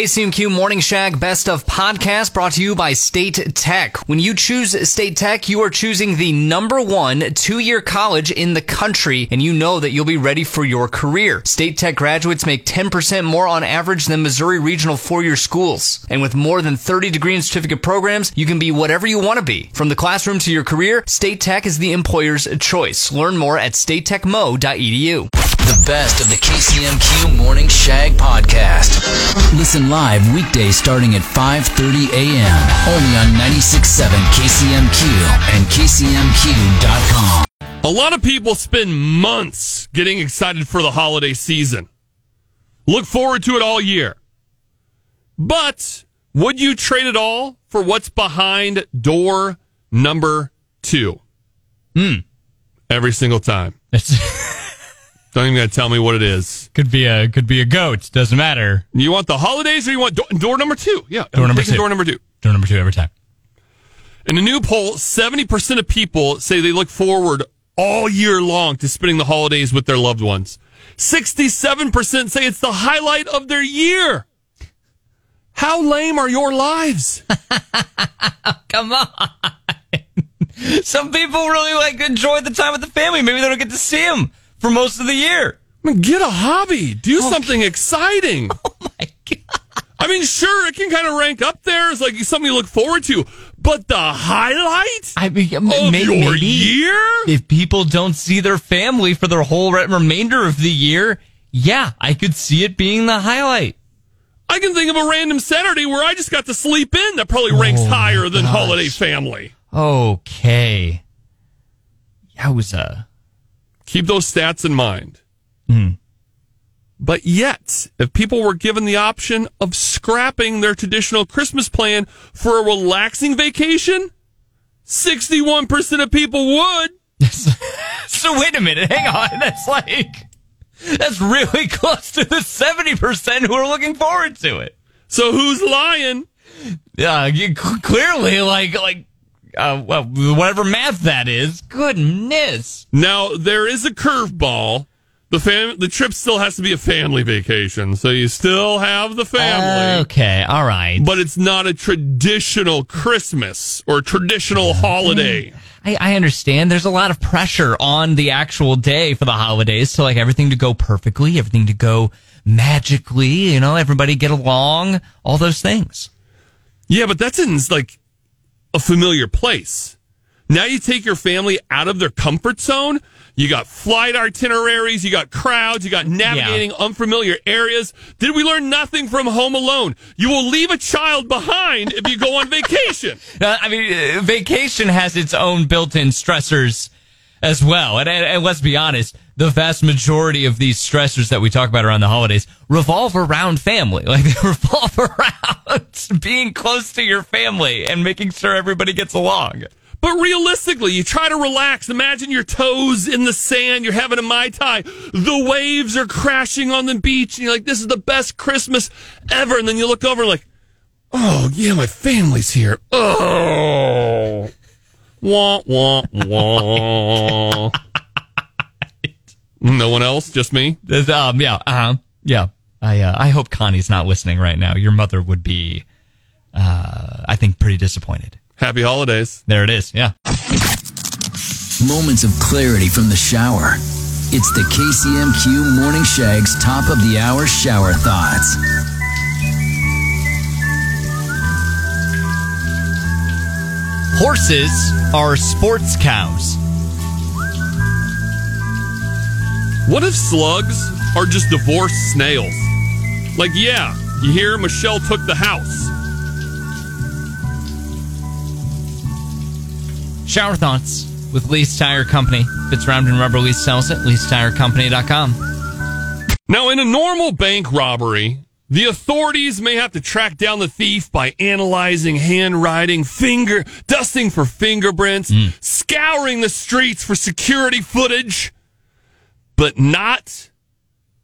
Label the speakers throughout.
Speaker 1: KCMQ Morning Shack Best of Podcast brought to you by State Tech. When you choose State Tech, you are choosing the number one two year college in the country, and you know that you'll be ready for your career. State Tech graduates make 10% more on average than Missouri regional four year schools. And with more than 30 degree and certificate programs, you can be whatever you want to be. From the classroom to your career, State Tech is the employer's choice. Learn more at statetechmo.edu.
Speaker 2: The best of the KCMQ Morning Shag podcast. Listen live weekdays starting at 5:30 a.m. only on 96.7 KCMQ and kcmq.com.
Speaker 3: A lot of people spend months getting excited for the holiday season. Look forward to it all year. But would you trade it all for what's behind door number two?
Speaker 4: Hmm.
Speaker 3: Every single time.
Speaker 4: It
Speaker 3: Don't even gotta tell me what it is.
Speaker 4: could be a could be a goat. Doesn't matter.
Speaker 3: You want the holidays or you want door, door number two? Yeah. I'm
Speaker 4: number
Speaker 3: taking
Speaker 4: two.
Speaker 3: Door number two.
Speaker 4: Door number two every time.
Speaker 3: In a new poll, 70% of people say they look forward all year long to spending the holidays with their loved ones. 67% say it's the highlight of their year. How lame are your lives?
Speaker 4: Come on. Some people really like enjoy the time with the family. Maybe they don't get to see him for most of the year.
Speaker 3: I mean, get a hobby. Do something exciting.
Speaker 4: Oh, My God.
Speaker 3: I mean, sure, it can kind of rank up there as like something you look forward to, but the highlight
Speaker 4: I mean,
Speaker 3: of
Speaker 4: may-
Speaker 3: your
Speaker 4: maybe
Speaker 3: year?
Speaker 4: if people don't see their family for their whole re- remainder of the year, yeah, I could see it being the highlight.
Speaker 3: I can think of a random Saturday where I just got to sleep in that probably ranks
Speaker 4: Oh, my
Speaker 3: higher than
Speaker 4: gosh.
Speaker 3: holiday family.
Speaker 4: Okay. Yowza.
Speaker 3: keep those stats in mind. But yet, if people were given the option of scrapping their traditional Christmas plan for a relaxing vacation, 61% of people would.
Speaker 4: So wait a minute, hang on. That's like that's really close to the seventy percent who are looking forward to it.
Speaker 3: So who's lying?
Speaker 4: Yeah, you, c- clearly, like like uh, well, whatever math that is. Goodness,
Speaker 3: Now, there is a curveball. The fam- the trip still has to be a family vacation, so you still have the family,
Speaker 4: Uh, Okay, all
Speaker 2: Oh.
Speaker 4: right.
Speaker 3: but it's not a traditional Christmas or traditional holiday.
Speaker 4: I, I understand. There's a lot of pressure on the actual day for the holidays to like everything to go perfectly, everything to go magically. You know, everybody get along, all those things.
Speaker 3: Yeah, but that's in like a familiar place. Now you take your family out of their comfort zone. You got flight itineraries, you got crowds, you got navigating unfamiliar areas. Did we learn nothing from Home Alone? You will leave a child behind if you go on vacation.
Speaker 4: Uh, I mean, uh, vacation has its own built-in stressors as well. And, and, and let's be honest, the vast majority of these stressors that we talk about around the holidays revolve around family. Like they revolve around being close to your family and making sure everybody gets along.
Speaker 3: But realistically, you try to relax. Imagine your toes in the sand. You're having a Mai Tai. The waves are crashing on the beach. And you're like, this is the best Christmas ever. And then you look over and like, oh, yeah, my family's here. Oh. Wah, wah, wah. no one else, just me.
Speaker 4: This, um, yeah, uh-huh, yeah. I uh, I hope Connie's not listening right now. Your mother would be, uh, I think, pretty disappointed.
Speaker 3: Happy holidays.
Speaker 4: There it is. Yeah.
Speaker 2: Moments of clarity from the shower. It's the KCMQ Morning Shag's top of the hour shower thoughts.
Speaker 4: Horses are sports cows.
Speaker 3: What if slugs are just divorced snails? Like, yeah, you hear Michelle took the house.
Speaker 4: Shower thoughts with Lee's Tire Company. Fits round and rubber. Lee sells it. Lee'sTireCompany.com.
Speaker 3: Now, in a normal bank robbery, the authorities may have to track down the thief by analyzing handwriting, finger dusting for fingerprints,
Speaker 4: Hmm.
Speaker 3: scouring the streets for security footage, but not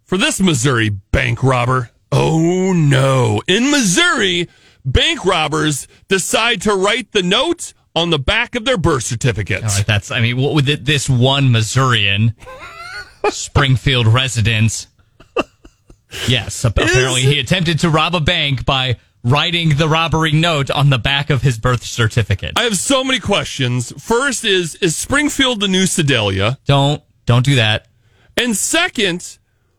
Speaker 3: for this Missouri bank robber. Oh no. In Missouri, bank robbers decide to write the note on the back of their birth certificate.
Speaker 4: All right, that's. I mean, what with it, this one Missourian Springfield resident Yes, ap- apparently he attempted to rob a bank by writing the robbery note on the back of his birth certificate.
Speaker 3: I have so many questions. First is is Springfield the new Sedalia?
Speaker 4: don't don't do that.
Speaker 3: And second,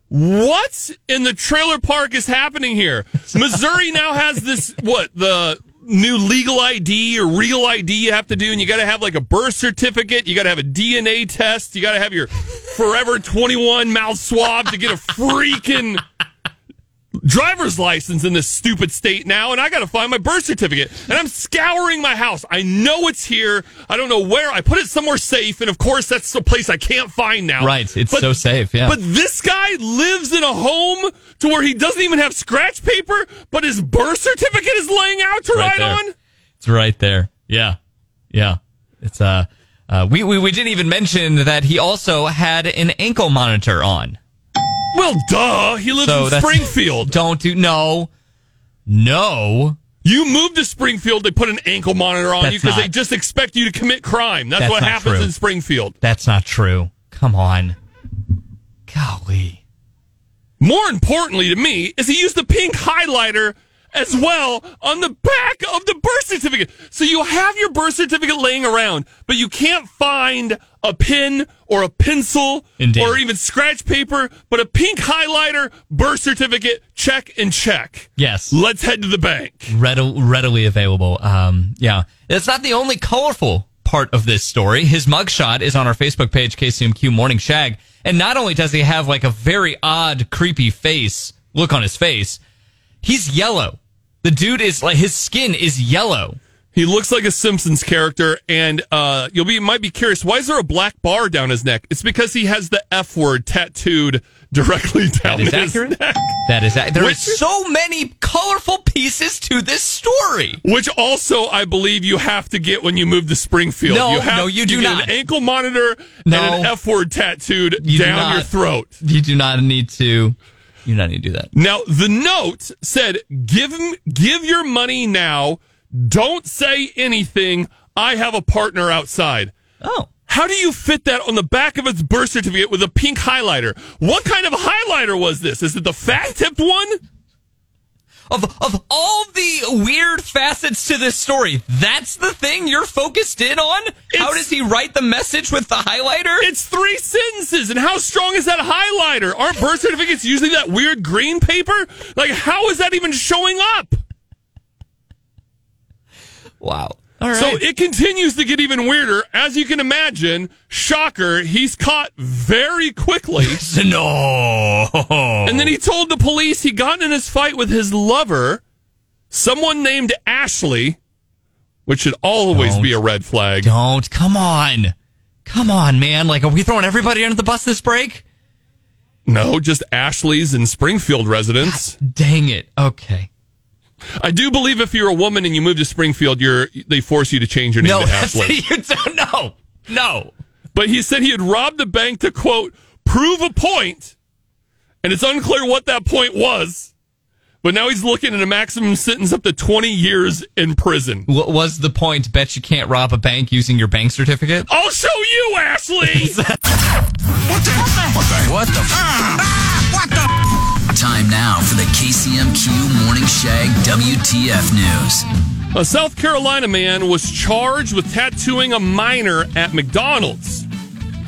Speaker 3: what in the trailer park is happening here? Missouri now has this what the new legal ID or real ID you have to do, and you got to have like a birth certificate. You got to have a DNA test. You got to have your Forever Twenty One mouth swab to get a freaking driver's license in this stupid state now, and I got to find my birth certificate. And I'm scouring my house. I know it's here. I don't know where. I put it somewhere safe, and of course, that's the place I can't find now.
Speaker 4: Right, it's
Speaker 3: But
Speaker 4: so safe. Yeah,
Speaker 3: but this guy lives in a home to where he doesn't even have scratch paper, but his birth certificate is laying out to
Speaker 4: Right
Speaker 3: write
Speaker 4: there.
Speaker 3: on.
Speaker 4: it's right there. Yeah, yeah. It's uh, uh we, we we didn't even mention that he also had an ankle monitor on.
Speaker 3: Well, duh. He lives
Speaker 4: So
Speaker 3: in
Speaker 4: that's-
Speaker 3: Springfield.
Speaker 4: Don't do no, no.
Speaker 3: You moved to Springfield. They put an ankle monitor on
Speaker 4: That's
Speaker 3: you because they
Speaker 4: not-
Speaker 3: just expect you to commit crime. That's,
Speaker 4: That's
Speaker 3: what
Speaker 4: not
Speaker 3: happens
Speaker 4: true.
Speaker 3: in Springfield.
Speaker 4: That's not true. Come on, golly.
Speaker 3: More importantly to me is he used the pink highlighter as well on the back of the birth certificate. So you have your birth certificate laying around, but you can't find a pen or a pencil
Speaker 4: Indeed.
Speaker 3: or even scratch paper, but a pink highlighter, birth certificate, check and check.
Speaker 4: Yes.
Speaker 3: Let's head to the bank.
Speaker 4: readily, readily available. Um, yeah, it's not the only colorful part of this story. His mugshot is on our Facebook page, KCMQ Morning Shag, and not only does he have like a very odd, creepy face look on his face, he's yellow. The dude is like his skin is yellow.
Speaker 3: He looks like a Simpsons character, and uh, you'll be might be curious why is there a black bar down his neck? It's because he has the F word tattooed directly down
Speaker 4: is
Speaker 3: his
Speaker 4: accurate.
Speaker 3: neck.
Speaker 4: That is there are
Speaker 3: Which-
Speaker 4: so many colorful pieces to this story.
Speaker 3: Which also, I believe, you have to get when you move to Springfield.
Speaker 4: No,
Speaker 3: you have,
Speaker 4: no, you do
Speaker 3: get
Speaker 4: not.
Speaker 3: An ankle monitor and an
Speaker 4: No.
Speaker 3: F word tattooed
Speaker 4: You do
Speaker 3: down
Speaker 4: not.
Speaker 3: your throat.
Speaker 4: You do not need to. You do not need to do that.
Speaker 3: Now, the note said, "Give m- give your money now. Don't say anything. I have a partner outside."
Speaker 4: Oh.
Speaker 3: How do you fit that on the back of its birth certificate with a pink highlighter? What kind of highlighter was this? Is it the fat tipped one?
Speaker 4: of of all the weird facets to this story, that's the thing you're focused in on. How
Speaker 3: It's-
Speaker 4: does he write the message with the highlighter?
Speaker 3: It's three sentences, and how strong is that highlighter? Aren't birth certificates usually that weird green paper? Like, how is that even showing up?
Speaker 4: wow. All right.
Speaker 3: So it continues to get even weirder. As you can imagine, shocker, he's caught very quickly.
Speaker 4: no.
Speaker 3: And then he told the police he got in his fight with his lover, someone named Ashley, which should always
Speaker 4: Don't.
Speaker 3: be a red flag.
Speaker 4: Don't. Come on. Come on, man. Like, are we throwing everybody under the bus this break?
Speaker 3: No, just Ashley's and Springfield residents.
Speaker 4: Dang it. Okay.
Speaker 3: I do believe if you're a woman and you move to Springfield, you're they force you to change your name
Speaker 4: No,
Speaker 3: to
Speaker 4: that's
Speaker 3: Ashley.
Speaker 4: you don't. No. No.
Speaker 3: but he said he had robbed the bank to quote prove a point and it's unclear what that point was but now he's looking at a maximum sentence up to 20 years in prison
Speaker 4: What was the point? Bet you can't rob a bank using your bank certificate.
Speaker 3: i'll show you ashley
Speaker 2: What the? F- Ah, what the? Time now for the KCMQ Morning Shag WTF News.
Speaker 3: a south carolina man was charged with tattooing a minor at mcdonald's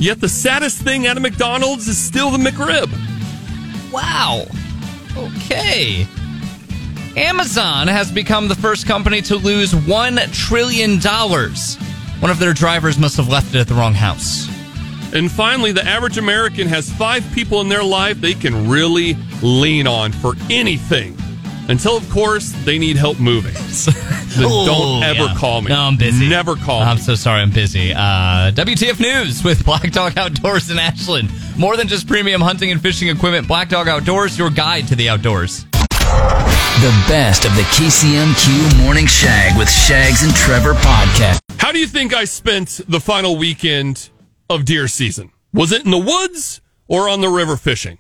Speaker 3: yet the saddest thing at a mcdonald's is still the mcrib
Speaker 4: Wow. Okay. Amazon has become the first company to lose $1 trillion. One of their drivers must have left it at the wrong house.
Speaker 3: And finally, the average American has five people in their life they can really lean on for anything. Until, of course, they need help moving. Then don't
Speaker 4: Ooh,
Speaker 3: ever
Speaker 4: Oh, yeah.
Speaker 3: call me.
Speaker 4: No, I'm busy.
Speaker 3: Never call
Speaker 4: I'm
Speaker 3: me.
Speaker 4: so sorry, I'm busy. Uh, WTF News with Black Dog Outdoors in Ashland. More than just premium hunting and fishing equipment, Black Dog Outdoors, your guide to the outdoors.
Speaker 2: The best of the KCMQ Morning Shag with Shags and Trevor podcast.
Speaker 3: How do you think I spent the final weekend of deer season? Was it in the woods or on the river fishing?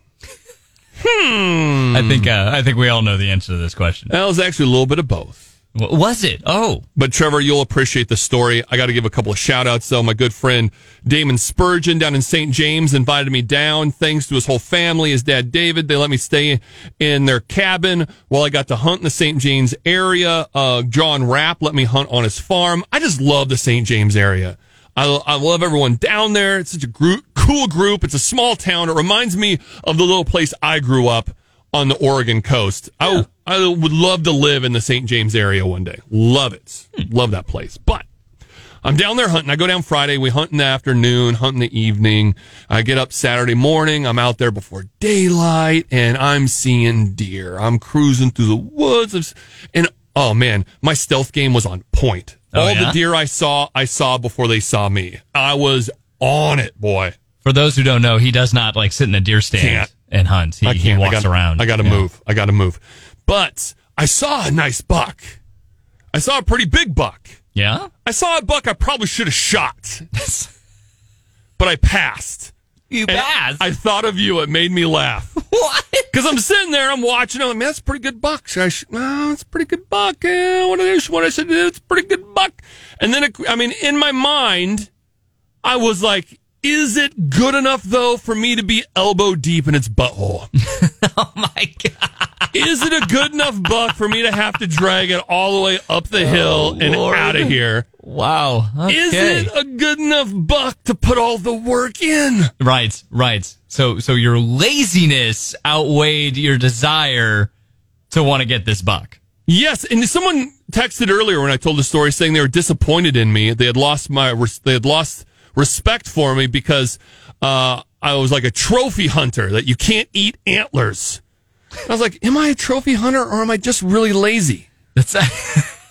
Speaker 3: Hmm.
Speaker 4: I think uh, I think we all know the answer to this question.
Speaker 3: That was actually a little bit of both.
Speaker 4: W- Was it? Oh,
Speaker 3: But Trevor, you'll appreciate the story. I got to give a couple of shout outs though. My good friend Damon Spurgeon down in St. James invited me down. Thanks to his whole family, his dad David, they let me stay in their cabin while I got to hunt in the St. James area. Uh, John Rapp let me hunt on his farm. I just love the St. James area. I, I love everyone down there. It's such a group, cool group. It's a small town. It reminds me of the little place I grew up on the Oregon coast. I, I would love to live in the St. James area one day. Love it.
Speaker 4: Hmm.
Speaker 3: Love that place. But I'm down there hunting. I go down Friday. We hunt in the afternoon, hunt in the evening. I get up Saturday morning. I'm out there before daylight and I'm seeing deer. I'm cruising through the woods. I'm s- And oh man, my stealth game was on point.
Speaker 4: Oh,
Speaker 3: All
Speaker 4: yeah?
Speaker 3: the deer I saw, I saw before they saw me. I was on it, boy.
Speaker 4: for those who don't know, he does not like sit in a deer stand
Speaker 3: Can't.
Speaker 4: and hunt. He,
Speaker 3: I
Speaker 4: he
Speaker 3: can't.
Speaker 4: walks
Speaker 3: I gotta,
Speaker 4: around.
Speaker 3: I got to
Speaker 4: Yeah.
Speaker 3: move. I got to move. But I saw a nice buck. I saw a pretty big buck.
Speaker 4: Yeah.
Speaker 3: I saw a buck I probably should have shot, but I passed.
Speaker 4: you
Speaker 3: And
Speaker 4: passed.
Speaker 3: I thought of you. It made me laugh.
Speaker 4: what?
Speaker 3: Because I'm sitting there, I'm watching. I'm like, man, that's a pretty good buck. Should I sh- oh, that's a pretty good buck. Eh, what, I should, what I should do? It's a pretty good buck. And then, it, I mean, in my mind, I was like, is it good enough though for me to be elbow deep in its butthole?
Speaker 4: Oh my god.
Speaker 3: is it a good enough buck for me to have to drag it all the way up the hill and
Speaker 4: Oh, Lord.
Speaker 3: out of here?
Speaker 4: Wow. Okay.
Speaker 3: Is it a good enough buck to put all the work in?
Speaker 4: Right, right. So so your laziness outweighed your desire to want to get this buck.
Speaker 3: Yes, and someone texted earlier when I told the story saying they were disappointed in me. They had lost my they had lost respect for me because uh, I was like a trophy hunter that you can't eat antlers. I was like, am I a trophy hunter or am I just really lazy?
Speaker 4: That's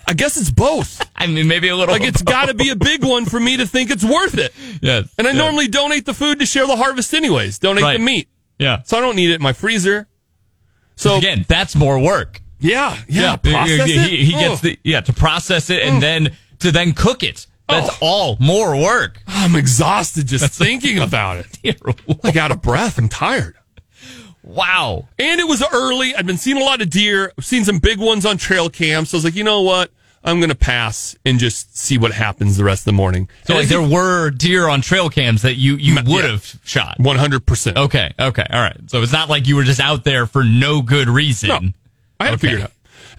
Speaker 3: I guess it's both.
Speaker 4: I mean maybe a little
Speaker 3: Like it's got to be a big one for me to think it's worth it.
Speaker 4: yeah.
Speaker 3: And I
Speaker 4: yeah,
Speaker 3: normally donate the food to share the harvest anyways. Donate
Speaker 4: Right.
Speaker 3: the meat.
Speaker 4: Yeah.
Speaker 3: So I don't need it in my freezer. So
Speaker 4: Again, that's more work.
Speaker 3: yeah, yeah,
Speaker 4: he,
Speaker 3: process it.
Speaker 4: he- he
Speaker 3: Oh.
Speaker 4: gets the yeah, to process it and then to then cook it. That's
Speaker 3: Oh.
Speaker 4: all more work.
Speaker 3: I'm exhausted just thinking about it.
Speaker 4: Dear
Speaker 3: Like out of breath. I'm tired.
Speaker 4: wow.
Speaker 3: And it was early. I'd been seeing a lot of deer. I've seen some big ones on trail cam. So I was like, you know what? I'm gonna pass and just see what happens the rest of the morning.
Speaker 4: So like there were deer on trail cams that you you would
Speaker 3: yeah.
Speaker 4: have shot.
Speaker 3: 100. percent
Speaker 4: Okay, okay, all right. So it's not like you were just out there for no good reason.
Speaker 3: No, I
Speaker 4: Okay.
Speaker 3: had it figured out.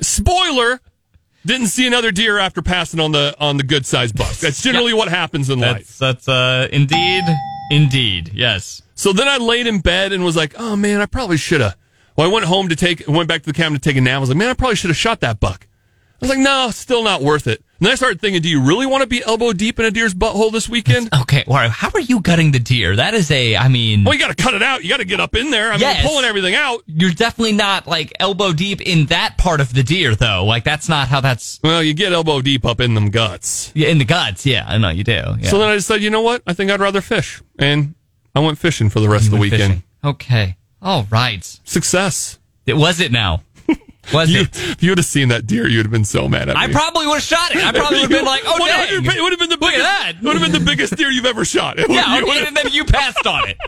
Speaker 3: Spoiler: didn't see another deer after passing on the on the good sized buck. That's generally what happens in life.
Speaker 4: That's that's uh indeed indeed yes
Speaker 3: So then I laid in bed and was like, "Oh man, I probably should have." Well, I went home to take, went back to the cabin to take a nap. I was like, "Man, I probably should have shot that buck." I was like, "No, still not worth it." And then I started thinking, "Do you really want to be elbow deep in a deer's butthole this weekend?"
Speaker 4: okay. Well, how are you gutting the deer? That is a I mean
Speaker 3: Well, you got to cut it out. You got to get up in there. I mean,
Speaker 4: Yes.
Speaker 3: pulling everything out.
Speaker 4: you're definitely not like elbow deep in that part of the deer though. Like that's not how that's
Speaker 3: Well, you get elbow deep up in them guts.
Speaker 4: yeah, in the guts. Yeah, I know you do. Yeah.
Speaker 3: So then I decided, you know what? I think I'd rather fish, and I went fishing for the rest of the
Speaker 4: Fishing.
Speaker 3: weekend.
Speaker 4: Okay. All right.
Speaker 3: Success.
Speaker 4: It was it now. Was
Speaker 3: You,
Speaker 4: it?
Speaker 3: if you would have seen that deer, you'd have been so mad at
Speaker 4: I
Speaker 3: me.
Speaker 4: probably would have shot it. I probably would have been like, oh dang.
Speaker 3: 100 It would have been the
Speaker 4: Look
Speaker 3: biggest.
Speaker 4: at that.
Speaker 3: Would have been the biggest deer you've ever shot. It
Speaker 4: Yeah,
Speaker 3: would- you
Speaker 4: okay,
Speaker 3: would've-
Speaker 4: and then you passed on it,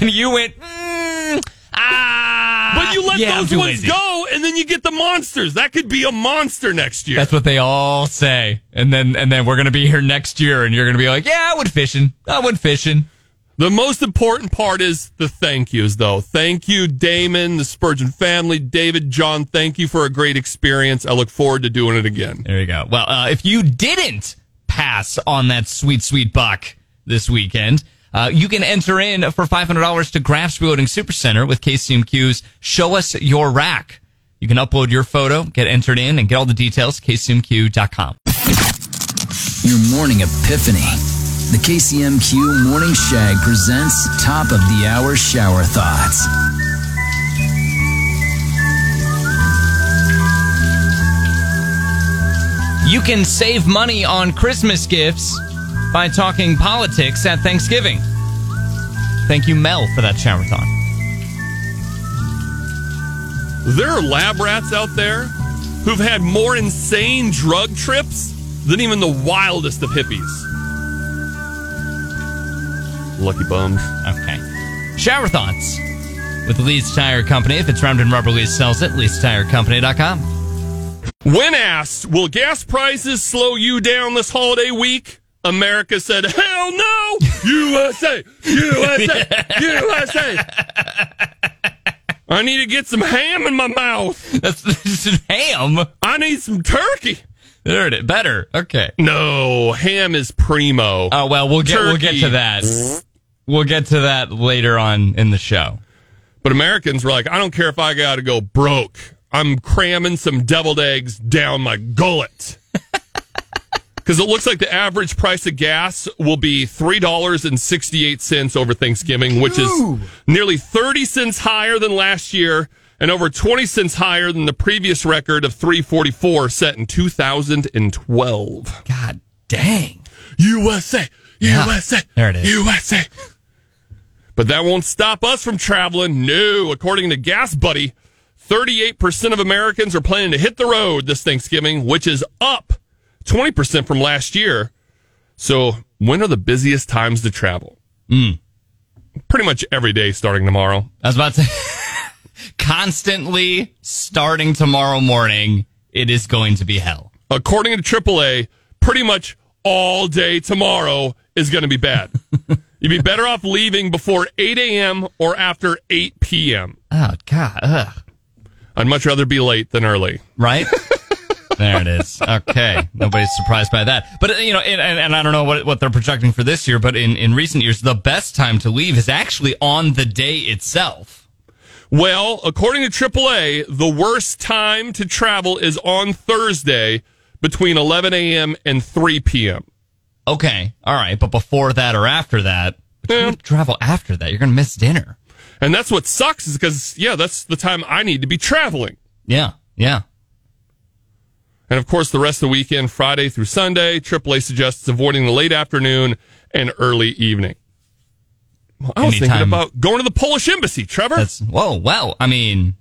Speaker 4: and you went. Mm, ah,
Speaker 3: But you let
Speaker 4: yeah, I'm
Speaker 3: those
Speaker 4: too
Speaker 3: ones
Speaker 4: lazy.
Speaker 3: go, and then you get the monsters. That could be a monster next year.
Speaker 4: That's what they all say, and then and then we're gonna be here next year, and you're gonna be like, yeah, I went fishing. I went fishing.
Speaker 3: the most important part is the thank yous, though. Thank you, Damon, the Spurgeon family, David, John. Thank you for a great experience. I look forward to doing it again.
Speaker 4: There you go. Well, uh, if you didn't pass on that sweet sweet buck this weekend. Uh, you can enter in for $500 to Graphs Reloading Supercenter with KCMQ's Show Us Your Rack. You can upload your photo, get entered in, and get all the details at kcmq.com.
Speaker 2: Your morning epiphany. The KCMQ Morning Shag presents Top of the Hour Shower Thoughts.
Speaker 4: You can save money on Christmas gifts by talking politics at Thanksgiving. Thank you, Mel, for that shower thought.
Speaker 3: There are lab rats out there who've had more insane drug trips than even the wildest of hippies. Lucky bums.
Speaker 4: Okay. Shower thoughts with Lee's Tire Company. If it's round and rubber, Lee's sells it. Lee'sTireCompany.com.
Speaker 3: When asked, will gas prices slow you down this holiday week? America said, hell no! USA! USA! USA! I need to get some ham in my mouth.
Speaker 4: That's just ham.
Speaker 3: I need some turkey.
Speaker 4: There it is. Better. Okay.
Speaker 3: No, ham is primo.
Speaker 4: Oh well, we'll get we'll get
Speaker 3: Turkey.
Speaker 4: to that. We'll get to that later on in the show.
Speaker 3: But Americans were like, I don't care if I got to go broke. I'm cramming some deviled eggs down my gullet. Because it looks like the average price of gas will be $3.68 over Thanksgiving, which is nearly 30 cents higher than last year and over 20 cents higher than the previous record of 344 set in 2012.
Speaker 4: God dang.
Speaker 3: USA, USA,
Speaker 4: there it is.
Speaker 3: USA. But that won't stop us from traveling. No, according to Gas Buddy, 38% of Americans are planning to hit the road this Thanksgiving, which is up 20% from last year. So, when are the busiest times to travel?
Speaker 4: Hmm.
Speaker 3: Pretty much every day starting tomorrow.
Speaker 4: I was about to constantly starting tomorrow morning, it is going to be hell.
Speaker 3: according to AAA, pretty much all day tomorrow is going to be bad. You'd be better off leaving before 8 a.m. or after 8 p.m.
Speaker 4: Oh God. Ugh.
Speaker 3: I'd much rather be late than early.
Speaker 4: Right? there it is. Okay. Nobody's surprised by that. But, uh, you know, and, and, and I don't know what, what they're projecting for this year, but in, in recent years, the best time to leave is actually on the day itself.
Speaker 3: Well, according to AAA, the worst time to travel is on Thursday between 11 a.m. and 3 p.m.
Speaker 4: Okay. All right. But before that or after that, but you would travel after that. You're going to miss dinner.
Speaker 3: And that's what sucks is because, yeah, that's the time I need to be traveling.
Speaker 4: Yeah. Yeah.
Speaker 3: And of course, the rest of the weekend, Friday through Sunday, AAA suggests avoiding the late afternoon and early evening. Well, I was
Speaker 4: Anytime.
Speaker 3: thinking about going to the Polish embassy, Trevor.
Speaker 4: That's, whoa. Wow. I mean,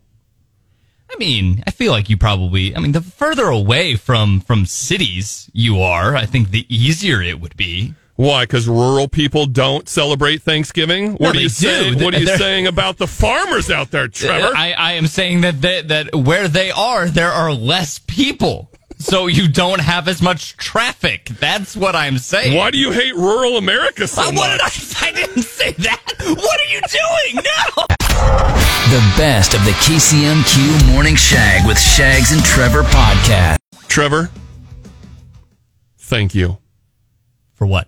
Speaker 4: I mean, I feel like you probably, I mean, the further away from, from cities you are, I think the easier it would be.
Speaker 3: Why? Because rural people don't celebrate Thanksgiving. What
Speaker 4: they
Speaker 3: are
Speaker 4: do.
Speaker 3: you saying? What are you
Speaker 4: They're-
Speaker 3: saying about the farmers out there, Trevor?
Speaker 4: I, I am saying that they, that where they are, there are less people, so you don't have as much traffic. That's what I'm saying.
Speaker 3: Why do you hate rural America so
Speaker 4: Uh, what
Speaker 3: much?
Speaker 4: did I, I didn't say that. What are you doing? No.
Speaker 2: The best of the KCMQ Morning Shag with Shags and Trevor podcast.
Speaker 3: Trevor, thank you
Speaker 4: For what?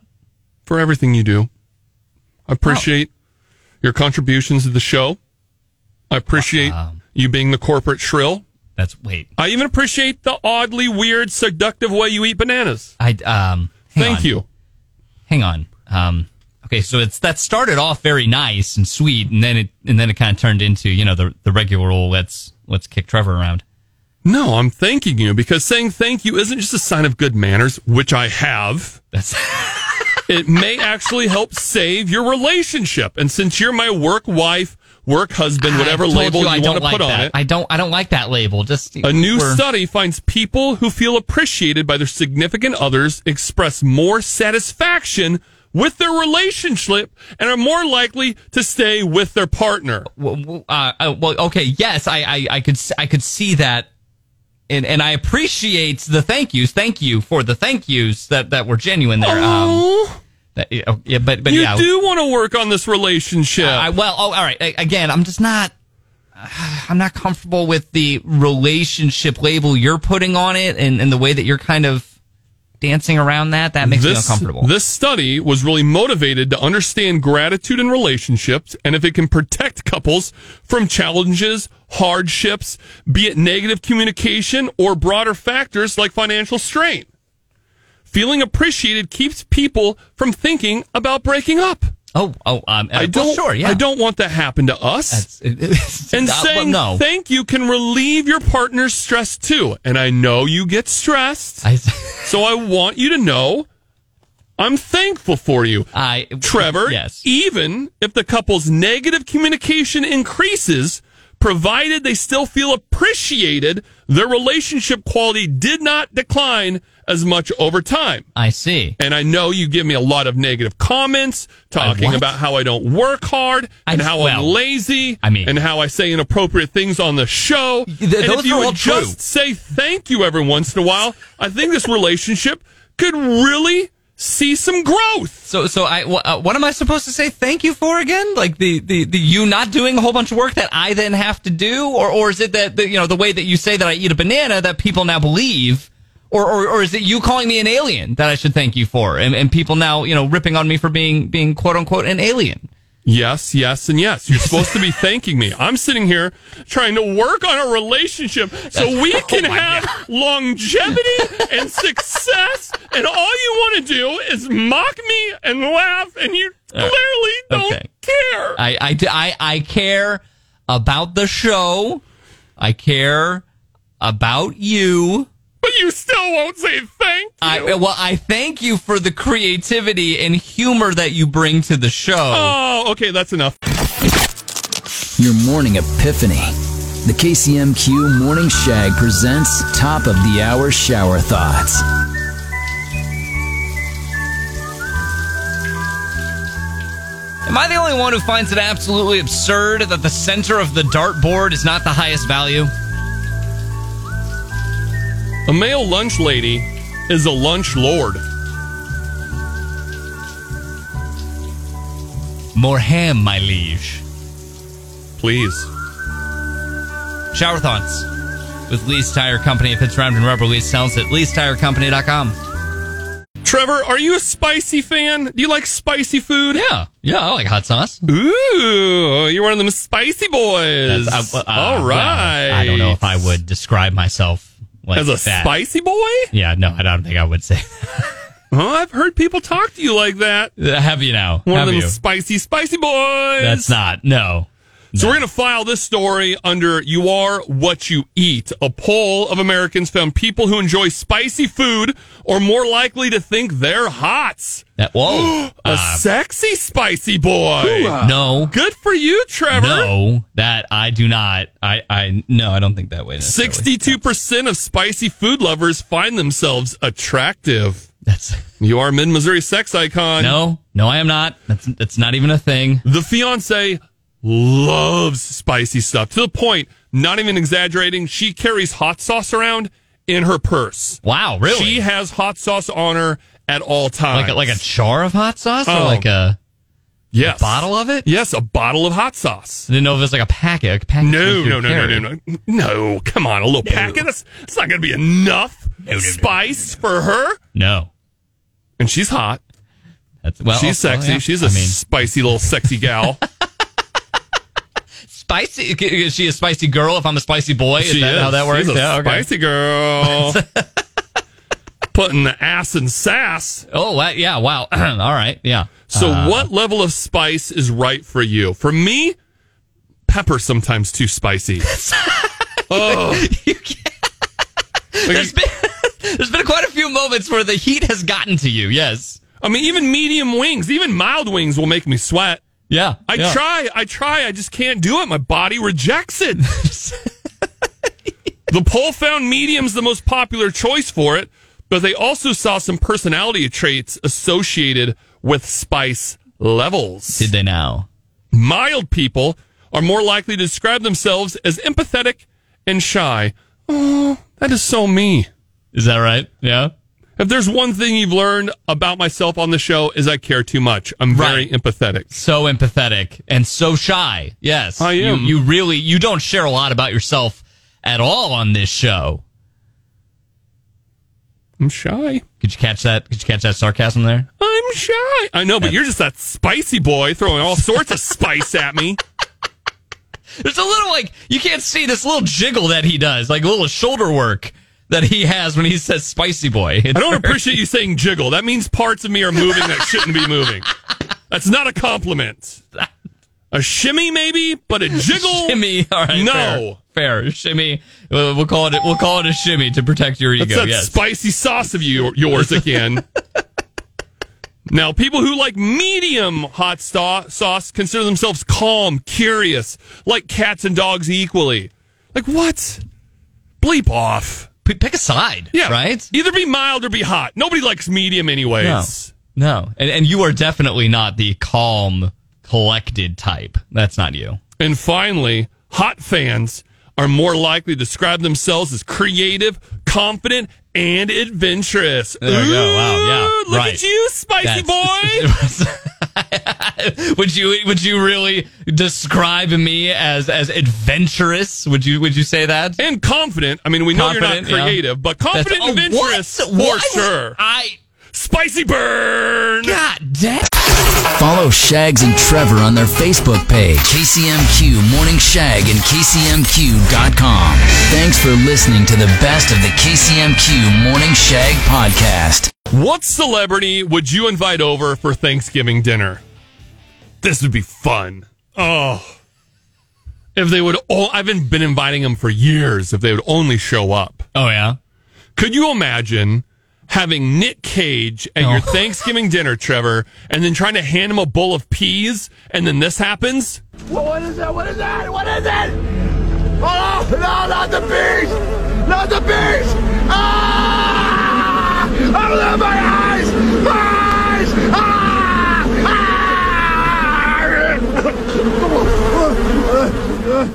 Speaker 3: for everything you do. I appreciate your contributions to the show. I appreciate you being the corporate shrill.
Speaker 4: That's wait.
Speaker 3: I even appreciate the oddly weird, seductive way you eat bananas.
Speaker 4: I um. hang
Speaker 3: Thank
Speaker 4: on.
Speaker 3: you.
Speaker 4: Hang on. Um. Okay, so it's that started off very nice and sweet, and then it and then it kind of turned into you know the the regular old let's let's kick Trevor around.
Speaker 3: No, I'm thanking you because saying thank you isn't just a sign of good manners, which I have.
Speaker 4: That's
Speaker 3: It may actually help save your relationship. And since you're my work wife, work husband, whatever
Speaker 4: I told
Speaker 3: label you,
Speaker 4: I
Speaker 3: want
Speaker 4: don't
Speaker 3: to
Speaker 4: like
Speaker 3: put on
Speaker 4: that.
Speaker 3: it,
Speaker 4: I don't I don't like that label. Just
Speaker 3: a new
Speaker 4: we're-
Speaker 3: study finds people who feel appreciated by their significant others express more satisfaction with their relationship and are more likely to stay with their partner.
Speaker 4: Well, well, uh, uh, well okay, yes, I, I, I could, s- I could see that, and and I appreciate the thank yous. Thank you for the thank yous that that were genuine there. Um,
Speaker 3: Oh.
Speaker 4: that- yeah, but but
Speaker 3: You
Speaker 4: yeah,
Speaker 3: do want to work on this relationship.
Speaker 4: I, well, oh, all right. A- Again, I'm just not. I'm not comfortable with the relationship label you're putting on it, and, and the way that you're kind of dancing around that. That makes me
Speaker 3: this,
Speaker 4: uncomfortable.
Speaker 3: this study was really motivated to understand gratitude in relationships and if it can protect couples from challenges, hardships, be it negative communication or broader factors like financial strain. Feeling appreciated keeps people from thinking about breaking up.
Speaker 4: oh, oh, um,
Speaker 3: I
Speaker 4: well,
Speaker 3: don't.
Speaker 4: sure, yeah.
Speaker 3: I don't want that happen to us.
Speaker 4: That's,
Speaker 3: and
Speaker 4: uh, well,
Speaker 3: saying
Speaker 4: no.
Speaker 3: thank you can relieve your partner's stress too. And I know you get stressed.
Speaker 4: I,
Speaker 3: So I want you to know I'm thankful for you.
Speaker 4: I
Speaker 3: Trevor,
Speaker 4: Uh, Yes.
Speaker 3: even if the couple's negative communication increases, provided they still feel appreciated, their relationship quality did not decline as much over time.
Speaker 4: I see.
Speaker 3: And I know you give me a lot of negative comments talking
Speaker 4: what?
Speaker 3: about how I don't work hard and
Speaker 4: I-
Speaker 3: how I'm
Speaker 4: well,
Speaker 3: lazy
Speaker 4: I mean-
Speaker 3: and how I say inappropriate things on the show.
Speaker 4: th-
Speaker 3: and
Speaker 4: those
Speaker 3: if you
Speaker 4: are all
Speaker 3: would just say thank you every once in a while, I think this relationship could really see some growth.
Speaker 4: So, so I, wh- uh, what am I supposed to say thank you for again? Like the, the, the, you not doing a whole bunch of work that I then have to do? Or, or is it that, the, you know, the way that you say that I eat a banana that people now believe? Or, or, or is it you calling me an alien that I should thank you for? And, and people now, you know, ripping on me for being, being quote unquote an alien.
Speaker 3: Yes, yes, and yes. You're supposed to be thanking me. I'm sitting here trying to work on our relationship so
Speaker 4: oh
Speaker 3: we can have longevity and success. And all you want to do is mock me and laugh, and you clearly don't
Speaker 4: Okay.
Speaker 3: care.
Speaker 4: I, I, d- I- I care about the show. I care about you.
Speaker 3: but you still won't say thank you.
Speaker 4: I, well, I thank you for the creativity and humor that you bring to the show.
Speaker 3: oh, okay, that's enough.
Speaker 2: Your morning epiphany. The KCMQ Morning Shag presents Top of the Hour Shower Thoughts.
Speaker 4: Am I the only one who finds it absolutely absurd that the center of the dartboard is not the highest value?
Speaker 3: A male lunch lady is a lunch lord.
Speaker 4: More ham, my liege.
Speaker 3: Please.
Speaker 4: Shower thoughts with Lee's Tire Company. If it's round and rubber, Lee sells it. Lee'sTireCompany.com.
Speaker 3: Trevor, are you a spicy fan? Do you like spicy food?
Speaker 4: Yeah, yeah, I like hot sauce.
Speaker 3: Ooh, you're one of them spicy boys.
Speaker 4: That's- I- uh,
Speaker 3: All
Speaker 4: well,
Speaker 3: right.
Speaker 4: I don't know if I would describe myself like
Speaker 3: As a
Speaker 4: that.
Speaker 3: spicy boy?
Speaker 4: Yeah, no, I don't think I would say.
Speaker 3: Oh, I've heard people talk to you like that.
Speaker 4: Have you now?
Speaker 3: One
Speaker 4: Have
Speaker 3: of them
Speaker 4: you?
Speaker 3: spicy, spicy boys.
Speaker 4: That's not. No.
Speaker 3: So we're going to file this story under You Are What You Eat. A poll of Americans found people who enjoy spicy food are more likely to think they're hots.
Speaker 4: That, whoa. Uh,
Speaker 3: A sexy spicy boy.
Speaker 4: no.
Speaker 3: Good for you, Trevor.
Speaker 4: uh, No, that I do not. I, I no, I don't think that way. necessarily.
Speaker 3: 62% of spicy food lovers find themselves attractive.
Speaker 4: That's
Speaker 3: You are mid Missouri sex icon.
Speaker 4: no, no. I am not. That's that's not even a thing.
Speaker 3: The fiance loves spicy stuff to the point, not even exaggerating, she carries hot sauce around in her purse.
Speaker 4: Wow, really?
Speaker 3: She has hot sauce on her at all times.
Speaker 4: like a, like a char of hot sauce or
Speaker 3: Oh.
Speaker 4: like a
Speaker 3: yes.
Speaker 4: bottle of it?
Speaker 3: Yes, a bottle of hot sauce.
Speaker 4: I didn't know if it was like a packet. Like a packet
Speaker 3: No,
Speaker 4: that you
Speaker 3: no, no, no,
Speaker 4: carry.
Speaker 3: no, no, no. Come on, a little packet. That's, that's not going to be enough spice for her.
Speaker 4: No.
Speaker 3: And she's hot.
Speaker 4: That's well.
Speaker 3: She's
Speaker 4: also,
Speaker 3: sexy.
Speaker 4: Oh, yeah.
Speaker 3: She's a
Speaker 4: I mean,
Speaker 3: spicy little sexy gal.
Speaker 4: spicy. Is she a spicy girl? If I'm a spicy boy, is
Speaker 3: She
Speaker 4: that
Speaker 3: is.
Speaker 4: how that works?
Speaker 3: She's a
Speaker 4: yeah, okay.
Speaker 3: spicy girl. Putting the ass in sass.
Speaker 4: Oh, wow, yeah. Wow. All right. Yeah.
Speaker 3: So,
Speaker 4: Uh.
Speaker 3: what level of spice is right for you? For me, pepper sometimes too spicy. oh,
Speaker 4: There's been there's been quite a few moments where the heat has gotten to you. Yes.
Speaker 3: I mean, even medium wings, even mild wings will make me sweat.
Speaker 4: Yeah.
Speaker 3: I
Speaker 4: yeah.
Speaker 3: try, I try, I just can't do it. My body rejects it. the poll found medium's the most popular choice for it, but they also saw some personality traits associated with spice levels.
Speaker 4: Did they now?
Speaker 3: Mild people are more likely to describe themselves as empathetic and shy. Oh, that is so me.
Speaker 4: Is that right? Yeah.
Speaker 3: If there's one thing you've learned about myself on the show is I care too much. I'm very
Speaker 4: Right.
Speaker 3: empathetic.
Speaker 4: so empathetic and so shy. Yes,
Speaker 3: I am.
Speaker 4: You, you really you don't share a lot about yourself at all on this show.
Speaker 3: I'm shy.
Speaker 4: Could you catch that? Could you catch that sarcasm there?
Speaker 3: I'm shy. I know, but you're just that spicy boy throwing all sorts of spice at me.
Speaker 4: There's a little like you can't see this little jiggle that he does, like a little shoulder work that he has when he says "spicy boy." It's
Speaker 3: I don't
Speaker 4: very-
Speaker 3: appreciate you saying jiggle. That means parts of me are moving that shouldn't be moving. That's not a compliment. A shimmy maybe, but a jiggle.
Speaker 4: shimmy. All right,
Speaker 3: No.
Speaker 4: fair, fair. shimmy. We'll, we'll call it. We'll call it a shimmy to protect your ego.
Speaker 3: That's that
Speaker 4: yes,
Speaker 3: spicy sauce of you, yours again. Now, people who like medium hot sta- sauce consider themselves calm, curious, like cats and dogs equally. Like what? Bleep off.
Speaker 4: P- pick a side.
Speaker 3: Yeah.
Speaker 4: Right?
Speaker 3: Either be mild or be hot. Nobody likes medium
Speaker 4: No.
Speaker 3: anyways.
Speaker 4: No. And, and you are definitely not the calm, collected type. That's not you.
Speaker 3: And finally, hot fans are more likely to describe themselves as creative, confident, and adventurous.
Speaker 4: There we go. Wow, yeah,
Speaker 3: Ooh, Look
Speaker 4: right.
Speaker 3: at you, spicy boy.
Speaker 4: boy. would you would you really describe me as as adventurous? Would you would you say that?
Speaker 3: and confident. I mean, we know
Speaker 4: Confident,
Speaker 3: you're
Speaker 4: yeah.
Speaker 3: not creative, but confident and
Speaker 4: oh, what?
Speaker 3: adventurous
Speaker 4: Why
Speaker 3: for sure.
Speaker 4: would I
Speaker 3: Spicy burn.
Speaker 4: God damn.
Speaker 2: Follow Shags and Trevor on their Facebook page, KCMQ Morning Shag and KCMQ.com. Thanks for listening to the best of the KCMQ Morning Shag podcast.
Speaker 3: What celebrity would you invite over for Thanksgiving dinner? This would be fun. Oh. If they would, oh, I've been, been inviting them for years. If they would only show up,
Speaker 4: Oh yeah.
Speaker 3: could you imagine having Nick Cage at your Thanksgiving dinner, Trevor, and then trying to hand him a bowl of peas, and then this happens?
Speaker 5: What, what is that? What is that? What is it? Oh, no, not the bees! Not the bees! Ah! I'm losing my eyes! My eyes! Ah! Ah!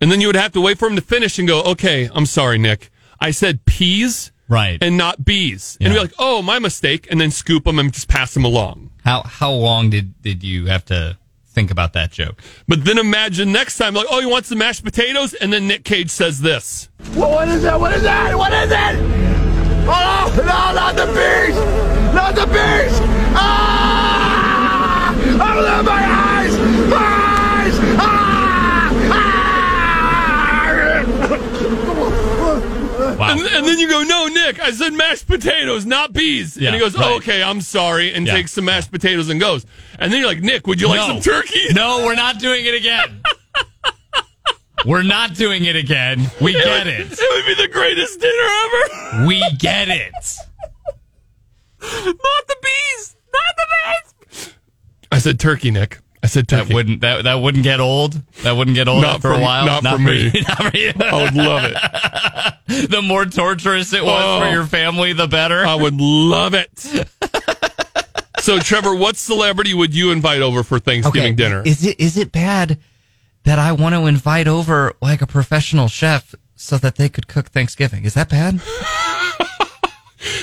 Speaker 3: And then you would have to wait for him to finish and go, okay, I'm sorry, Nick. I said peas
Speaker 4: Right.
Speaker 3: and not bees. And be like, oh, my mistake. And then scoop them and just pass them along.
Speaker 4: How how long did did you have to think about that joke?
Speaker 3: But then imagine next time, like, oh, you want some mashed potatoes? And then Nick Cage says this.
Speaker 5: What, what is that? What is that? What is it? Oh, no, not the bees! Not the bees! Ah! I'm losing my eyes! My eyes! Ah! Ah!
Speaker 4: Wow.
Speaker 3: And, and then you go, no, Nick, I said mashed potatoes, not bees.
Speaker 4: Yeah,
Speaker 3: and he goes,
Speaker 4: right.
Speaker 3: oh, okay, I'm sorry, and
Speaker 4: Yeah.
Speaker 3: takes some mashed potatoes and goes. And then you're like, Nick, would you like
Speaker 4: No.
Speaker 3: some turkey?
Speaker 4: No, we're not doing it again. we're not doing it again. We get it.
Speaker 3: It would be the greatest dinner ever.
Speaker 4: We get it.
Speaker 3: not the bees, not the bees. I said turkey, Nick. I said
Speaker 4: That
Speaker 3: turkey.
Speaker 4: wouldn't that that wouldn't get old. That wouldn't get old
Speaker 3: Not
Speaker 4: for a
Speaker 3: for-
Speaker 4: while.
Speaker 3: not for me. Oh.
Speaker 4: you- not for you.
Speaker 3: I would love it.
Speaker 4: the more torturous it was for
Speaker 3: Oh. Uh,
Speaker 4: your family, the better.
Speaker 3: I would love it. so, Trevor, what celebrity would you invite over for Thanksgiving dinner?
Speaker 4: Is it is it bad that I want to invite over like a professional chef so that they could cook Thanksgiving? Is that bad?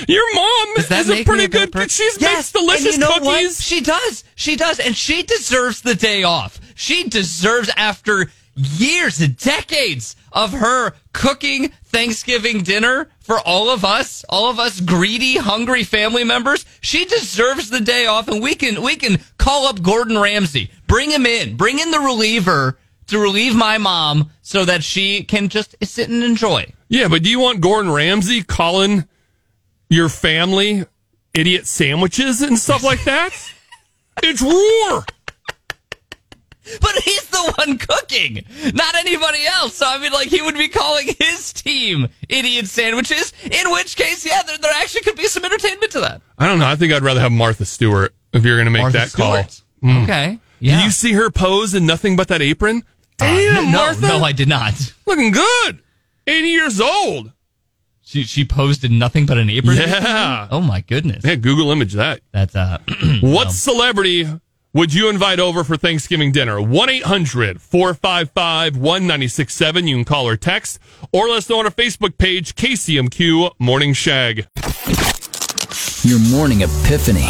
Speaker 3: Your mom
Speaker 4: Does that
Speaker 3: is
Speaker 4: make
Speaker 3: a pretty
Speaker 4: me good
Speaker 3: good.
Speaker 4: per-
Speaker 3: she's
Speaker 4: Yes,
Speaker 3: makes delicious
Speaker 4: and you know
Speaker 3: cookies.
Speaker 4: What? She does. She does, and she deserves the day off. She deserves after years, decades of her cooking Thanksgiving dinner for all of us, all of us greedy, hungry family members. She deserves the day off, and we can we can call up Gordon Ramsay, bring him in, bring in the reliever to relieve my mom, so that she can just sit and enjoy.
Speaker 3: Yeah, but do you want Gordon Ramsay calling your family idiot sandwiches and stuff like that? it's Roar.
Speaker 4: But he's the one cooking, not anybody else. So I mean, like he would be calling his team idiot sandwiches. In which case, yeah, there, there actually could be some entertainment to that.
Speaker 3: I don't know. I think I'd rather have Martha Stewart if you're going to make
Speaker 4: Martha
Speaker 3: that
Speaker 4: Stewart.
Speaker 3: call.
Speaker 4: Okay.
Speaker 3: Did
Speaker 4: Yeah. Uh,
Speaker 3: you see her pose in nothing but that apron? Damn,
Speaker 4: no,
Speaker 3: Martha,
Speaker 4: no, I did not.
Speaker 3: looking good. 80 years old.
Speaker 4: She she posed in nothing but an apron.
Speaker 3: Yeah.
Speaker 4: Oh my goodness.
Speaker 3: Yeah, Google image that.
Speaker 4: That's uh.
Speaker 3: What celebrity would you invite over for Thanksgiving dinner? 1 800 455 1967. You can call or text or let us know on our Facebook page, KCMQ Morning Shag.
Speaker 2: Your morning epiphany.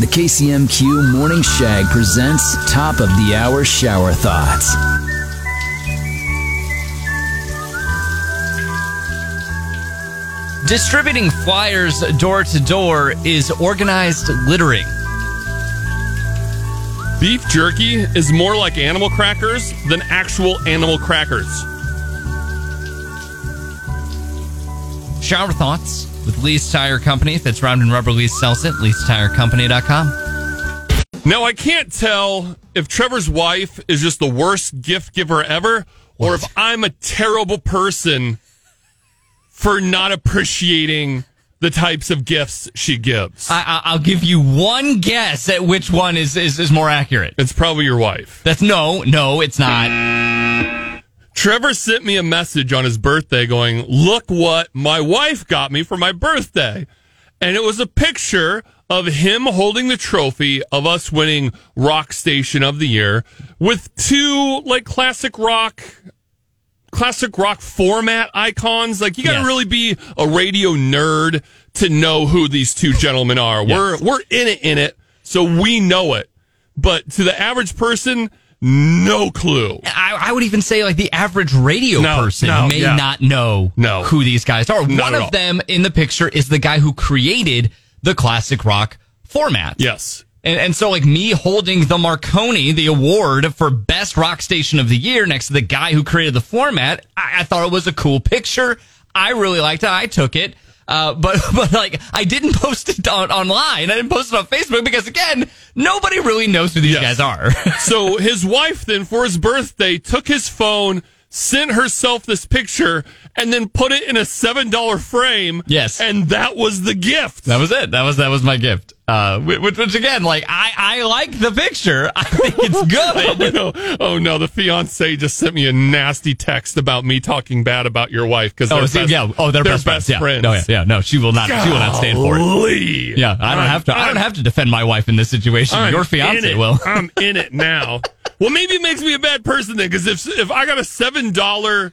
Speaker 2: The KCMQ Morning Shag presents Top of the Hour Shower Thoughts.
Speaker 4: Distributing flyers door to door is organized littering.
Speaker 3: Beef jerky is more like animal crackers than actual animal crackers.
Speaker 4: Shower thoughts with Lee's Tire Company. If it's round and rubber, Lee's sells it. Lee'sTireCompany.com.
Speaker 3: Now, I can't tell if Trevor's wife is just the worst gift giver ever or if I'm a terrible person for not appreciating the types of gifts she gives.
Speaker 4: I, I, I'll give you one guess at which one is, is, is more accurate.
Speaker 3: it's probably your wife.
Speaker 4: That's no, no, it's not.
Speaker 3: Trevor sent me a message on his birthday going, Look what my wife got me for my birthday. And it was a picture of him holding the trophy of us winning Rock Station of the Year with two like classic rock classic rock format icons. Like you gotta
Speaker 4: Yes.
Speaker 3: really be a radio nerd to know who these two gentlemen are. We're we're in it in it, so we know it. But to the average person, no clue.
Speaker 4: I, I would even say like the average radio
Speaker 3: No,
Speaker 4: person
Speaker 3: no,
Speaker 4: may
Speaker 3: yeah.
Speaker 4: not know
Speaker 3: No.
Speaker 4: who these guys are.
Speaker 3: Not
Speaker 4: one
Speaker 3: at
Speaker 4: of
Speaker 3: all.
Speaker 4: them in the picture is the guy who created the classic rock format.
Speaker 3: Yes.
Speaker 4: And, and so, like, me holding the Marconi, the award for best rock station of the year next to the guy who created the format, I, I thought it was a cool picture. I really liked it. I took it. Uh, but, but like, I didn't post it on, online. I didn't post it on Facebook because, again, nobody really knows who these
Speaker 3: Yes.
Speaker 4: guys are.
Speaker 3: So his wife then for his birthday took his phone, sent herself this picture, and then put it in a seven dollar frame.
Speaker 4: Yes.
Speaker 3: And that was the gift.
Speaker 4: that was it. That was, that was my gift. Uh, whi- which, which again, like, I, I like the picture. I think it's good.
Speaker 3: no, oh no, the fiance just sent me a nasty text about me talking bad about your wife because
Speaker 4: Oh,
Speaker 3: they're
Speaker 4: see,
Speaker 3: best,
Speaker 4: yeah. Oh, they're, best, friends. Yeah.
Speaker 3: friends.
Speaker 4: No, yeah, yeah. No, she will not. She will not stand for it.
Speaker 3: Golly.
Speaker 4: Yeah, I don't
Speaker 3: I'm-
Speaker 4: have to. I
Speaker 3: I'm-
Speaker 4: don't have to defend my wife in this situation.
Speaker 3: I'm
Speaker 4: Your
Speaker 3: in
Speaker 4: fiance
Speaker 3: it.
Speaker 4: will.
Speaker 3: I'm in it now. Well, maybe it makes me a bad person then, because if if I got a seven dollar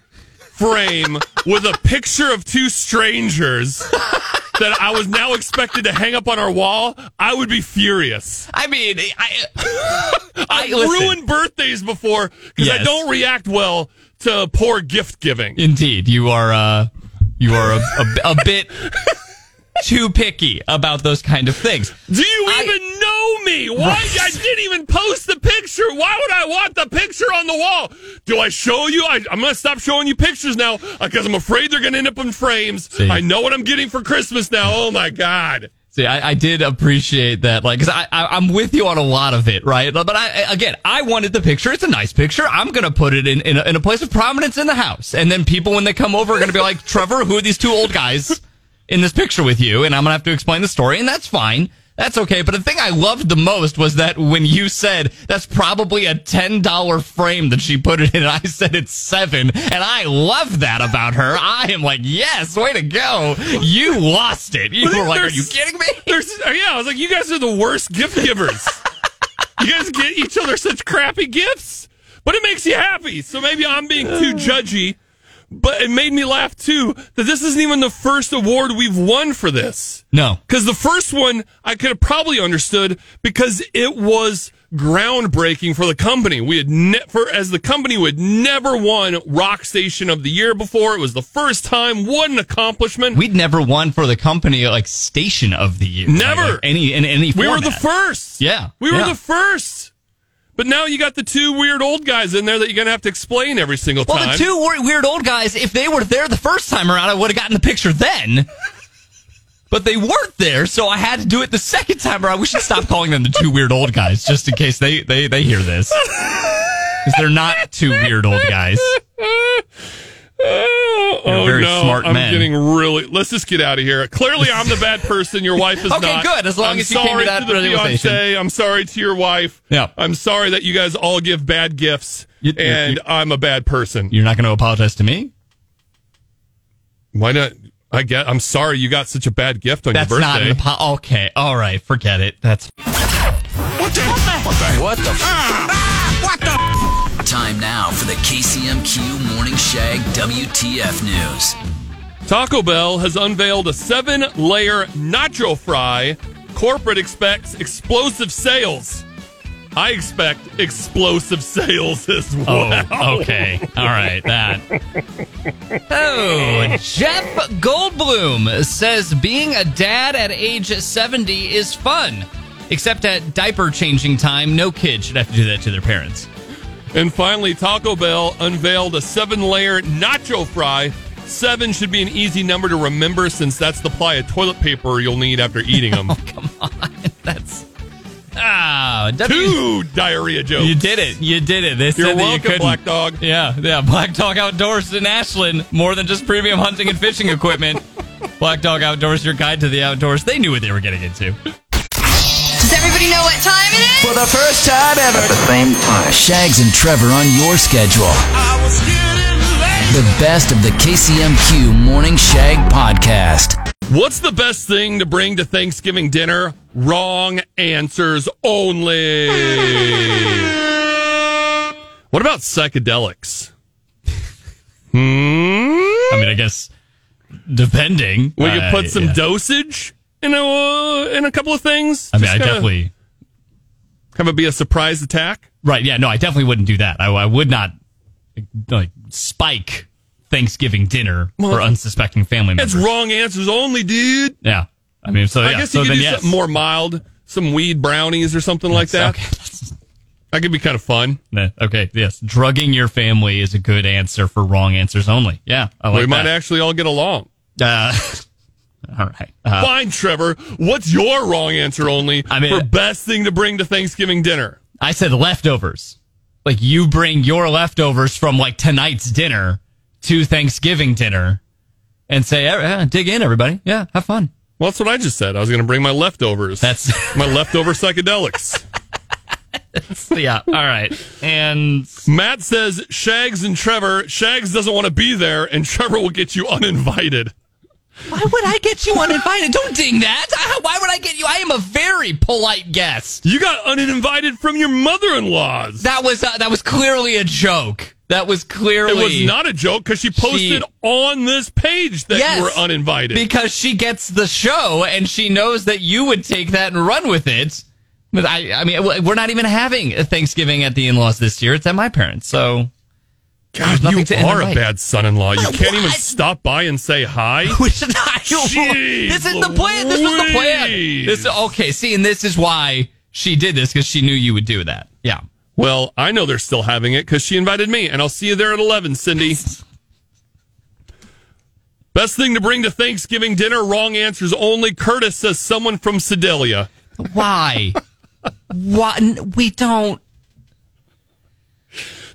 Speaker 3: frame with a picture of two strangers that I was now expected to hang up on our wall, I would be furious.
Speaker 4: I mean, I,
Speaker 3: I
Speaker 4: listen.
Speaker 3: ruined birthdays before because I
Speaker 4: Yes.
Speaker 3: don't react well to poor gift giving.
Speaker 4: indeed, you are. Uh, you are a, a, a bit too picky about those kind of things.
Speaker 3: Do you even know me? Why I didn't even post the picture. Why would I want the picture on the wall? Do I show you? I, I'm gonna stop showing you pictures now because I'm afraid they're gonna end up in frames.
Speaker 4: See.
Speaker 3: I know what I'm getting for Christmas now. Oh my god.
Speaker 4: See, I, I did appreciate that, like, because I, I I'm with you on a lot of it, right? But I I- again, I wanted the picture. It's a nice picture. I'm gonna put it in in a, in a place of prominence in the house, and then people when they come over are gonna be like, Trevor, who are these two old guys in this picture with you? And I'm gonna have to explain the story, and that's fine. That's okay. But the thing I loved the most was that when you said that's probably a ten dollar frame that she put it in, I said it's seven, and I love that about her. I am like, yes, way to go. You lost it. You were like, are
Speaker 3: There's-
Speaker 4: you kidding me?
Speaker 3: There's, uh, yeah, I was like, you guys are the worst gift givers. you guys get each other such crappy gifts, but it makes you happy. So maybe I'm being too judgy, but it made me laugh too that this isn't even the first award we've won for this.
Speaker 4: No.
Speaker 3: Because the first one I could have probably understood because it was groundbreaking for the company. We had never, as the company, we had never won Rock Station of the Year before. It was the first time. What an accomplishment!
Speaker 4: We'd never won for the company like station of the year.
Speaker 3: Never.
Speaker 4: Like, like, any in any
Speaker 3: we were
Speaker 4: format.
Speaker 3: the first.
Speaker 4: Yeah,
Speaker 3: we were
Speaker 4: yeah.
Speaker 3: the first. But now you got the two weird old guys in there that you're gonna have to explain every single
Speaker 4: Well,
Speaker 3: time.
Speaker 4: the two wor- weird old guys, if they were there the first time around, I would have gotten the picture then. But they weren't there, so I had to do it the second time around. We should stop calling them the two weird old guys, just in case they they, they hear this. Because they're not two weird old guys.
Speaker 3: Oh,
Speaker 4: You're
Speaker 3: oh,
Speaker 4: very
Speaker 3: no,
Speaker 4: smart
Speaker 3: I'm
Speaker 4: men.
Speaker 3: getting really. Let's just get out of here. Clearly, I'm the bad person. Your wife is
Speaker 4: Okay,
Speaker 3: not.
Speaker 4: good, as long
Speaker 3: I'm
Speaker 4: as you came to
Speaker 3: sorry
Speaker 4: that
Speaker 3: the
Speaker 4: realization.
Speaker 3: fiance. I'm sorry to your wife.
Speaker 4: Yeah.
Speaker 3: I'm sorry that you guys all give bad gifts,
Speaker 4: You- you-
Speaker 3: and I'm a bad person.
Speaker 4: You're not going to apologize to me.
Speaker 3: Why not? I get. I'm sorry you got such a bad gift on
Speaker 4: That's
Speaker 3: your
Speaker 4: not
Speaker 3: birthday.
Speaker 4: an apo- okay. All right, forget it. That's
Speaker 2: What the? F- what the? Time now for the KCMQ Morning Shag WTF News.
Speaker 3: Taco Bell has unveiled a seven-layer nacho fry. Corporate expects explosive sales. I expect explosive sales as well.
Speaker 4: Oh, okay. All right, that. Oh, Jeff Goldblum says being a dad at age 70 is fun. Except at diaper changing time, no kid should have to do that to their parents.
Speaker 3: And finally, Taco Bell unveiled a seven layer nacho fry. Seven should be an easy number to remember since that's the ply of toilet paper you'll need after eating them.
Speaker 4: That's. Ah, W-
Speaker 3: Two diarrhea jokes.
Speaker 4: you did it. You did it. They said that
Speaker 3: You're
Speaker 4: you
Speaker 3: welcome,
Speaker 4: couldn't.
Speaker 3: Black Dog.
Speaker 4: Yeah, yeah. Black Dog Outdoors in Ashland, more than just premium hunting and fishing equipment. Black Dog Outdoors, your guide to the outdoors. They knew what they were getting into.
Speaker 6: Does everybody know what time it is?
Speaker 2: the first time ever.
Speaker 5: Same time.
Speaker 2: Shags and Trevor on your schedule. The best of the KCMQ Morning Shag Podcast.
Speaker 3: What's the best thing to bring to Thanksgiving dinner? Wrong answers only. what about psychedelics?
Speaker 4: I mean, I guess depending.
Speaker 3: We
Speaker 4: uh,
Speaker 3: could put some
Speaker 4: yeah.
Speaker 3: dosage in a uh, in a couple of things.
Speaker 4: I mean,
Speaker 3: Just
Speaker 4: I
Speaker 3: kinda
Speaker 4: definitely.
Speaker 3: have it be a surprise attack.
Speaker 4: Right. Yeah. No, I definitely wouldn't do that. I, I would not like spike Thanksgiving dinner for unsuspecting family members.
Speaker 3: That's wrong answers only, dude.
Speaker 4: Yeah. I mean, so yeah.
Speaker 3: I guess
Speaker 4: so
Speaker 3: you could
Speaker 4: then,
Speaker 3: do
Speaker 4: yes.
Speaker 3: something more mild, some weed brownies or something like that.
Speaker 4: Okay.
Speaker 3: That could be kind of fun.
Speaker 4: No, Okay. Yes. Drugging your family is a good answer for wrong answers only. Yeah. I like
Speaker 3: we might
Speaker 4: that.
Speaker 3: actually all get along.
Speaker 4: Uh, all right. Uh,
Speaker 3: Fine, Trevor. What's your wrong answer only
Speaker 4: I mean- uh,
Speaker 3: for best thing to bring to Thanksgiving dinner?
Speaker 4: I said leftovers. Like you bring your leftovers from like tonight's dinner to Thanksgiving dinner and say, "Eh, eh, dig in, everybody. Yeah. Have fun.
Speaker 3: Well, that's what I just said. I was going to bring my leftovers.
Speaker 4: That's-
Speaker 3: my leftover psychedelics.
Speaker 4: yeah. All right. And
Speaker 3: Matt says Shags and Trevor. Shags doesn't want to be there, and Trevor will get you uninvited.
Speaker 4: why would I get you uninvited? Don't ding that. I- why would I get you? I am a very polite guest.
Speaker 3: You got uninvited from your mother-in-law's.
Speaker 4: That was uh, that was clearly a joke. That was clearly
Speaker 3: it was not a joke because she posted on this page that
Speaker 4: Yes.
Speaker 3: you were uninvited.
Speaker 4: because she gets the show and she knows that you would take that and run with it. But I, I mean, we're not even having a Thanksgiving at the in-laws this year. It's at my parents, so
Speaker 3: God,
Speaker 4: nothing
Speaker 3: you
Speaker 4: to
Speaker 3: are a
Speaker 4: invite.
Speaker 3: bad son-in-law. You can't even stop by and say hi.
Speaker 4: we should not.
Speaker 3: Jeez
Speaker 4: this is the plan. This was the plan.
Speaker 3: Louise.
Speaker 4: This okay. See, and this is why she did this because she knew you would do that. Yeah.
Speaker 3: Well, I know they're still having it because she invited me, and I'll see you there at 11, Cindy. Best thing to bring to Thanksgiving dinner, wrong answers only. Curtis says someone from Sedalia.
Speaker 4: Why? Why n- we don't?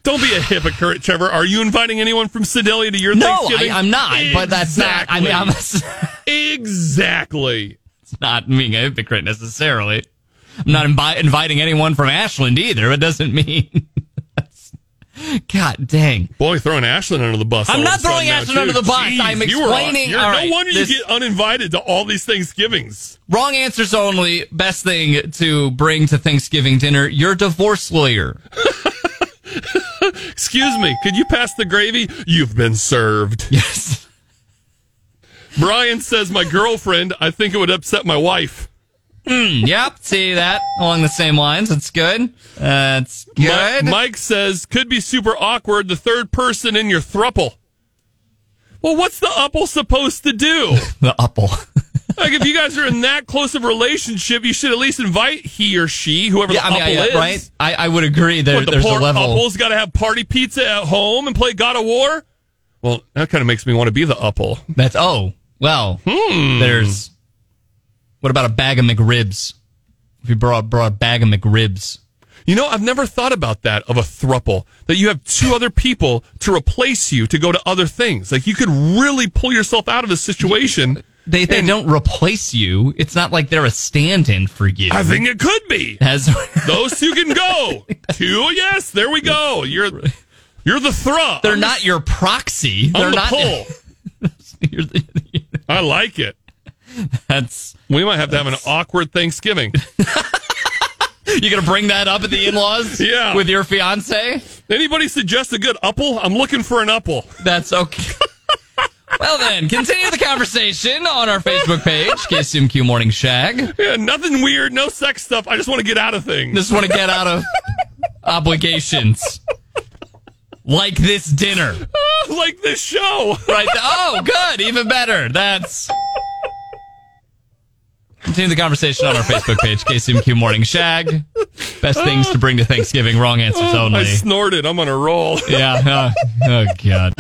Speaker 3: Don't be a hypocrite, Trevor. Are you inviting anyone from Sedalia to your
Speaker 4: No, I,
Speaker 3: Thanksgiving?
Speaker 4: I'm not. But that's not. I mean, I'm it's
Speaker 3: exactly.
Speaker 4: not being a hypocrite necessarily. I'm not invi- inviting anyone from Ashland either. It doesn't mean. God dang.
Speaker 3: Boy, throwing Ashland under the bus.
Speaker 4: I'm
Speaker 3: all
Speaker 4: not
Speaker 3: of a sudden
Speaker 4: throwing
Speaker 3: now,
Speaker 4: Ashland under
Speaker 3: too.
Speaker 4: the bus.
Speaker 3: Jeez,
Speaker 4: I'm
Speaker 3: you were on-
Speaker 4: explaining-
Speaker 3: you're-
Speaker 4: all
Speaker 3: no
Speaker 4: right,
Speaker 3: wonder
Speaker 4: this-
Speaker 3: you get uninvited to all these Thanksgivings.
Speaker 4: Wrong answers only. Best thing to bring to Thanksgiving dinner your divorce lawyer.
Speaker 3: Excuse me, could you pass the gravy? You've been served.
Speaker 4: Yes.
Speaker 3: Brian says, My girlfriend, I think it would upset my wife.
Speaker 4: yep. See that along the same lines. It's good. That's
Speaker 3: Mi-
Speaker 4: good.
Speaker 3: Mike says, Could be super awkward, the third person in your thruple. Well, what's the upple supposed to do?
Speaker 4: the upple.
Speaker 3: like, if you guys are in that close of a relationship, you should at least invite he or she, whoever
Speaker 4: yeah, I
Speaker 3: the
Speaker 4: mean,
Speaker 3: upple
Speaker 4: I, uh,
Speaker 3: is.
Speaker 4: right? I, I would agree. There,
Speaker 3: But the
Speaker 4: there's
Speaker 3: poor
Speaker 4: a level.
Speaker 3: upple's got to have party pizza at home and play God of War? Well, that kind of makes me want to be the upple.
Speaker 4: That's oh well.
Speaker 3: Hmm.
Speaker 4: There's what about a bag of McRibs? If you brought brought a bag of McRibs,
Speaker 3: You know, I've never thought about that of a thruple, that you have two other people to replace you to go to other things. Like you could really pull yourself out of a situation.
Speaker 4: they they
Speaker 3: And-
Speaker 4: don't replace you. It's not like they're a stand-in for you.
Speaker 3: I think it could be.
Speaker 4: As
Speaker 3: Those two can go. Two, yes, there we go. You're you're the thrup.
Speaker 4: they're not your proxy.
Speaker 3: I'm
Speaker 4: They're
Speaker 3: the
Speaker 4: not.
Speaker 3: pull.
Speaker 4: you're the-
Speaker 3: I like it.
Speaker 4: that's
Speaker 3: We might have to have an awkward Thanksgiving.
Speaker 4: you gonna bring that up at the in-laws?
Speaker 3: Yeah.
Speaker 4: with your fiance.
Speaker 3: Anybody suggest a good upple? I'm looking for an upple.
Speaker 4: That's okay. well then, continue the conversation on our Facebook page, KCMQ Morning Shag.
Speaker 3: Yeah, nothing weird, no sex stuff. I just want to get out of things.
Speaker 4: just want to get out of obligations like this dinner
Speaker 3: like this show.
Speaker 4: right th- oh good even better that's continue the conversation on our facebook page kcmq morning shag best things to bring to thanksgiving wrong answers
Speaker 3: Oh, I
Speaker 4: only
Speaker 3: snorted. I'm on a roll.
Speaker 4: yeah uh, oh god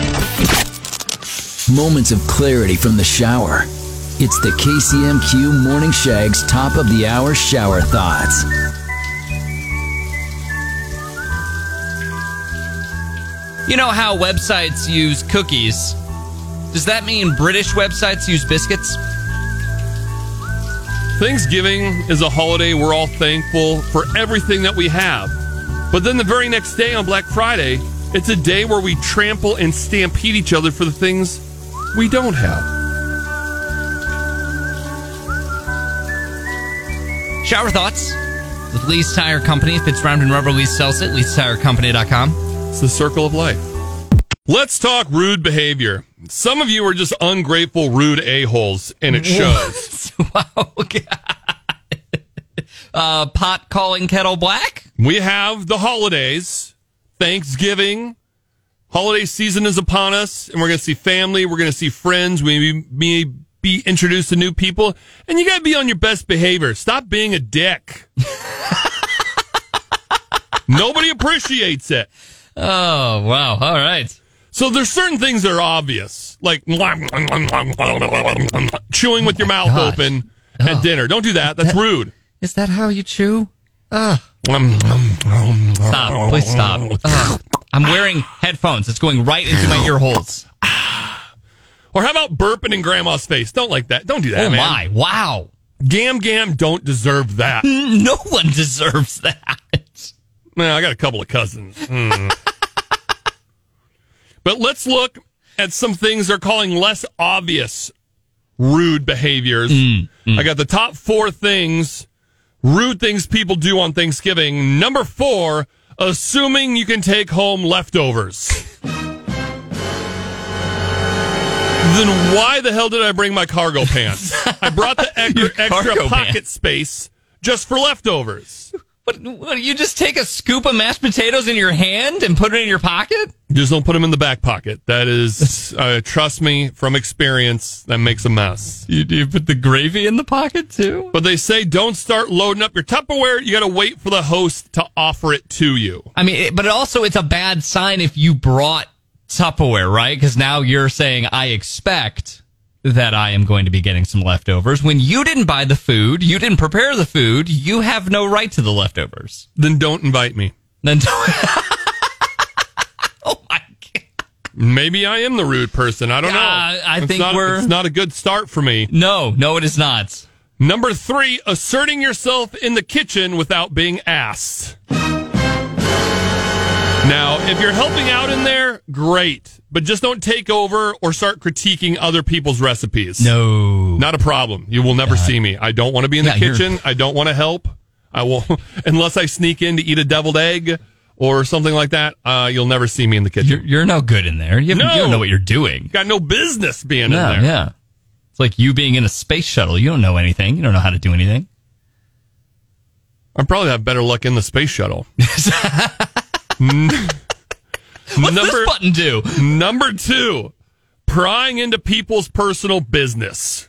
Speaker 2: Moments of clarity from the shower. It's the KCMQ Morning Shag's top of the hour shower thoughts.
Speaker 4: you know how websites use cookies Does that mean British websites use biscuits?
Speaker 3: Thanksgiving is a holiday we're all thankful for everything that we have. But then the very next day on Black Friday, it's a day where we trample and stampede each other for the things we don't have.
Speaker 4: Shower thoughts with Lee's Tire Company. If it's round and rubber, Lee sells it. Lee'sTireCompany.com.
Speaker 3: It's the circle of life. Let's talk rude behavior. Some of you are just ungrateful, rude a-holes, and it shows.
Speaker 4: wow. Oh, God. uh, pot calling kettle black.
Speaker 3: We have the holidays, Thanksgiving. Holiday season is upon us, and we're going to see family. We're going to see friends. We may be introduced to new people, and you got to be on your best behavior. Stop being a dick. Nobody appreciates it.
Speaker 4: Oh wow! All right.
Speaker 3: So there's certain things that are obvious, like chewing with your mouth
Speaker 4: Oh gosh.
Speaker 3: open at dinner. Don't do that. That's rude.
Speaker 4: Is that how you chew? Stop! Please stop. Ugh. I'm wearing headphones. It's going right into my ear holes.
Speaker 3: Or how about burping in grandma's face? Don't like that. Don't do that,
Speaker 4: Oh
Speaker 3: man.
Speaker 4: my! Wow.
Speaker 3: Gam Gam don't deserve that.
Speaker 4: No one deserves that.
Speaker 3: Well, I got a couple of cousins. Hmm. but let's look at some things they're calling less obvious rude behaviors.
Speaker 4: Hmm,
Speaker 3: I got the top four things, rude things people do on Thanksgiving. Number four, assuming you can take home leftovers. then why the hell did I bring my cargo pants? I brought the
Speaker 4: Your
Speaker 3: extra,
Speaker 4: cargo
Speaker 3: extra pocket
Speaker 4: pants.
Speaker 3: space just for leftovers.
Speaker 4: What, what? You just take a scoop of mashed potatoes in your hand and put it in your pocket?
Speaker 3: Just don't put them in the back pocket. That is, uh, trust me from experience, that makes a mess.
Speaker 4: You, you put the gravy in the pocket too?
Speaker 3: But they say don't start loading up your Tupperware. You got to wait for the host to offer it to you.
Speaker 4: I mean, it, but also it's a bad sign if you brought Tupperware, right? Because now you're saying I expect that I am going to be getting some leftovers when you didn't buy the food, you didn't prepare the food, you have no right to the leftovers.
Speaker 3: Then don't invite me.
Speaker 4: Then, oh my god.
Speaker 3: Maybe I am the rude person. I don't know.
Speaker 4: Uh, I
Speaker 3: It's
Speaker 4: think
Speaker 3: not-
Speaker 4: we're-
Speaker 3: It's not a good start for me.
Speaker 4: No, no, it is not.
Speaker 3: Number three, asserting yourself in the kitchen without being asked. Now, if you're helping out in there, great. But just don't take over or start critiquing other people's recipes.
Speaker 4: No.
Speaker 3: Not a problem. You will never see me. I don't want to be in the
Speaker 4: Yeah, you're-
Speaker 3: kitchen. I don't want to help. I will unless I sneak in to eat a deviled egg or something like that. Uh, you'll never see me in the kitchen.
Speaker 4: You're, you're no good in there. You, have-
Speaker 3: No.
Speaker 4: you don't know what you're doing.
Speaker 3: Got no business being
Speaker 4: No,
Speaker 3: in there.
Speaker 4: yeah. It's like you being in a space shuttle. You don't know anything. You don't know how to do anything.
Speaker 3: I probably have better luck in the space shuttle.
Speaker 4: What's
Speaker 3: Number-
Speaker 4: this button do?
Speaker 3: Number two, prying into people's personal business.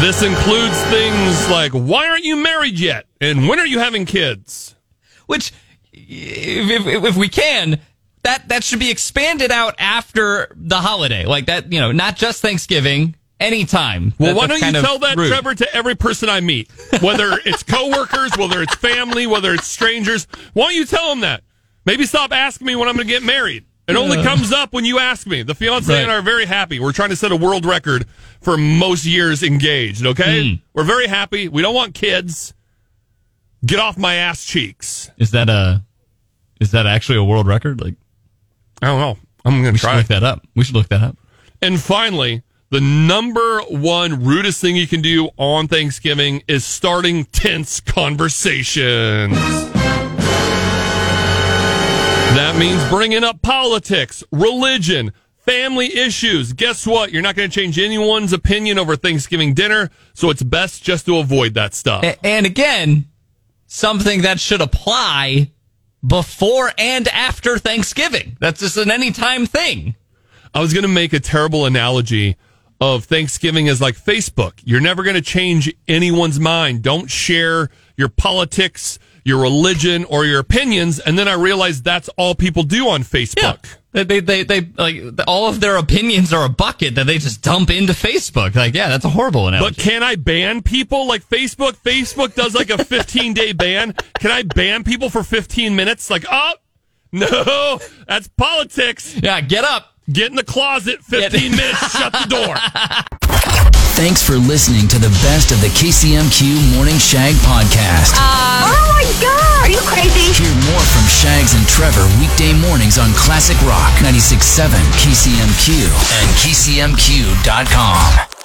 Speaker 3: This includes things like why aren't you married yet? And when are you having kids?
Speaker 4: Which, if, if, if we can, that that should be expanded out after the holiday, like that. You know, not just Thanksgiving. Anytime.
Speaker 3: Well,
Speaker 4: That-
Speaker 3: why
Speaker 4: that's
Speaker 3: don't you
Speaker 4: kind of
Speaker 3: tell that,
Speaker 4: rude.
Speaker 3: Trevor, to every person I meet, whether it's coworkers, whether it's family, whether it's strangers? Why don't you tell them that? Maybe stop asking me when I'm going to get married. It only comes up when you ask me. The fiance and I
Speaker 4: Right.
Speaker 3: are very happy. We're trying to set a world record for most years engaged.
Speaker 4: Hmm.
Speaker 3: Okay, we're very happy. We don't want kids. Get off my ass cheeks.
Speaker 4: Is that a? Is that actually a world record? Like,
Speaker 3: I don't know. I'm going
Speaker 4: we
Speaker 3: to
Speaker 4: should
Speaker 3: try.
Speaker 4: look that up. We should look that up.
Speaker 3: And finally, the number one rudest thing you can do on Thanksgiving is starting tense conversations. That means bringing up politics, religion, family issues. Guess what? You're not going to change anyone's opinion over Thanksgiving dinner, so it's best just to avoid that stuff.
Speaker 4: A- and again, something that should apply before and after Thanksgiving. That's just an anytime thing.
Speaker 3: I was going to make a terrible analogy of Thanksgiving as like Facebook. You're never going to change anyone's mind. Don't share your politics, your religion, or your opinions. And then I realized that's all people do on Facebook.
Speaker 4: They, they, they, they, like, all of their opinions are a bucket that they just dump into Facebook. Like, yeah, that's a horrible
Speaker 3: But
Speaker 4: analogy.
Speaker 3: can I ban people like Facebook? Facebook does like a 15 day ban. Can I ban people for 15 minutes? Like, oh, no, that's politics.
Speaker 4: yeah, get up.
Speaker 3: Get in the closet, 15 minutes, shut the door.
Speaker 2: Thanks for listening to the best of the KCMQ Morning Shag podcast.
Speaker 6: oh my god! Are you crazy?
Speaker 2: Hear more from Shags and Trevor weekday mornings on Classic Rock 96.7, KCMQ, and KCMQ.com.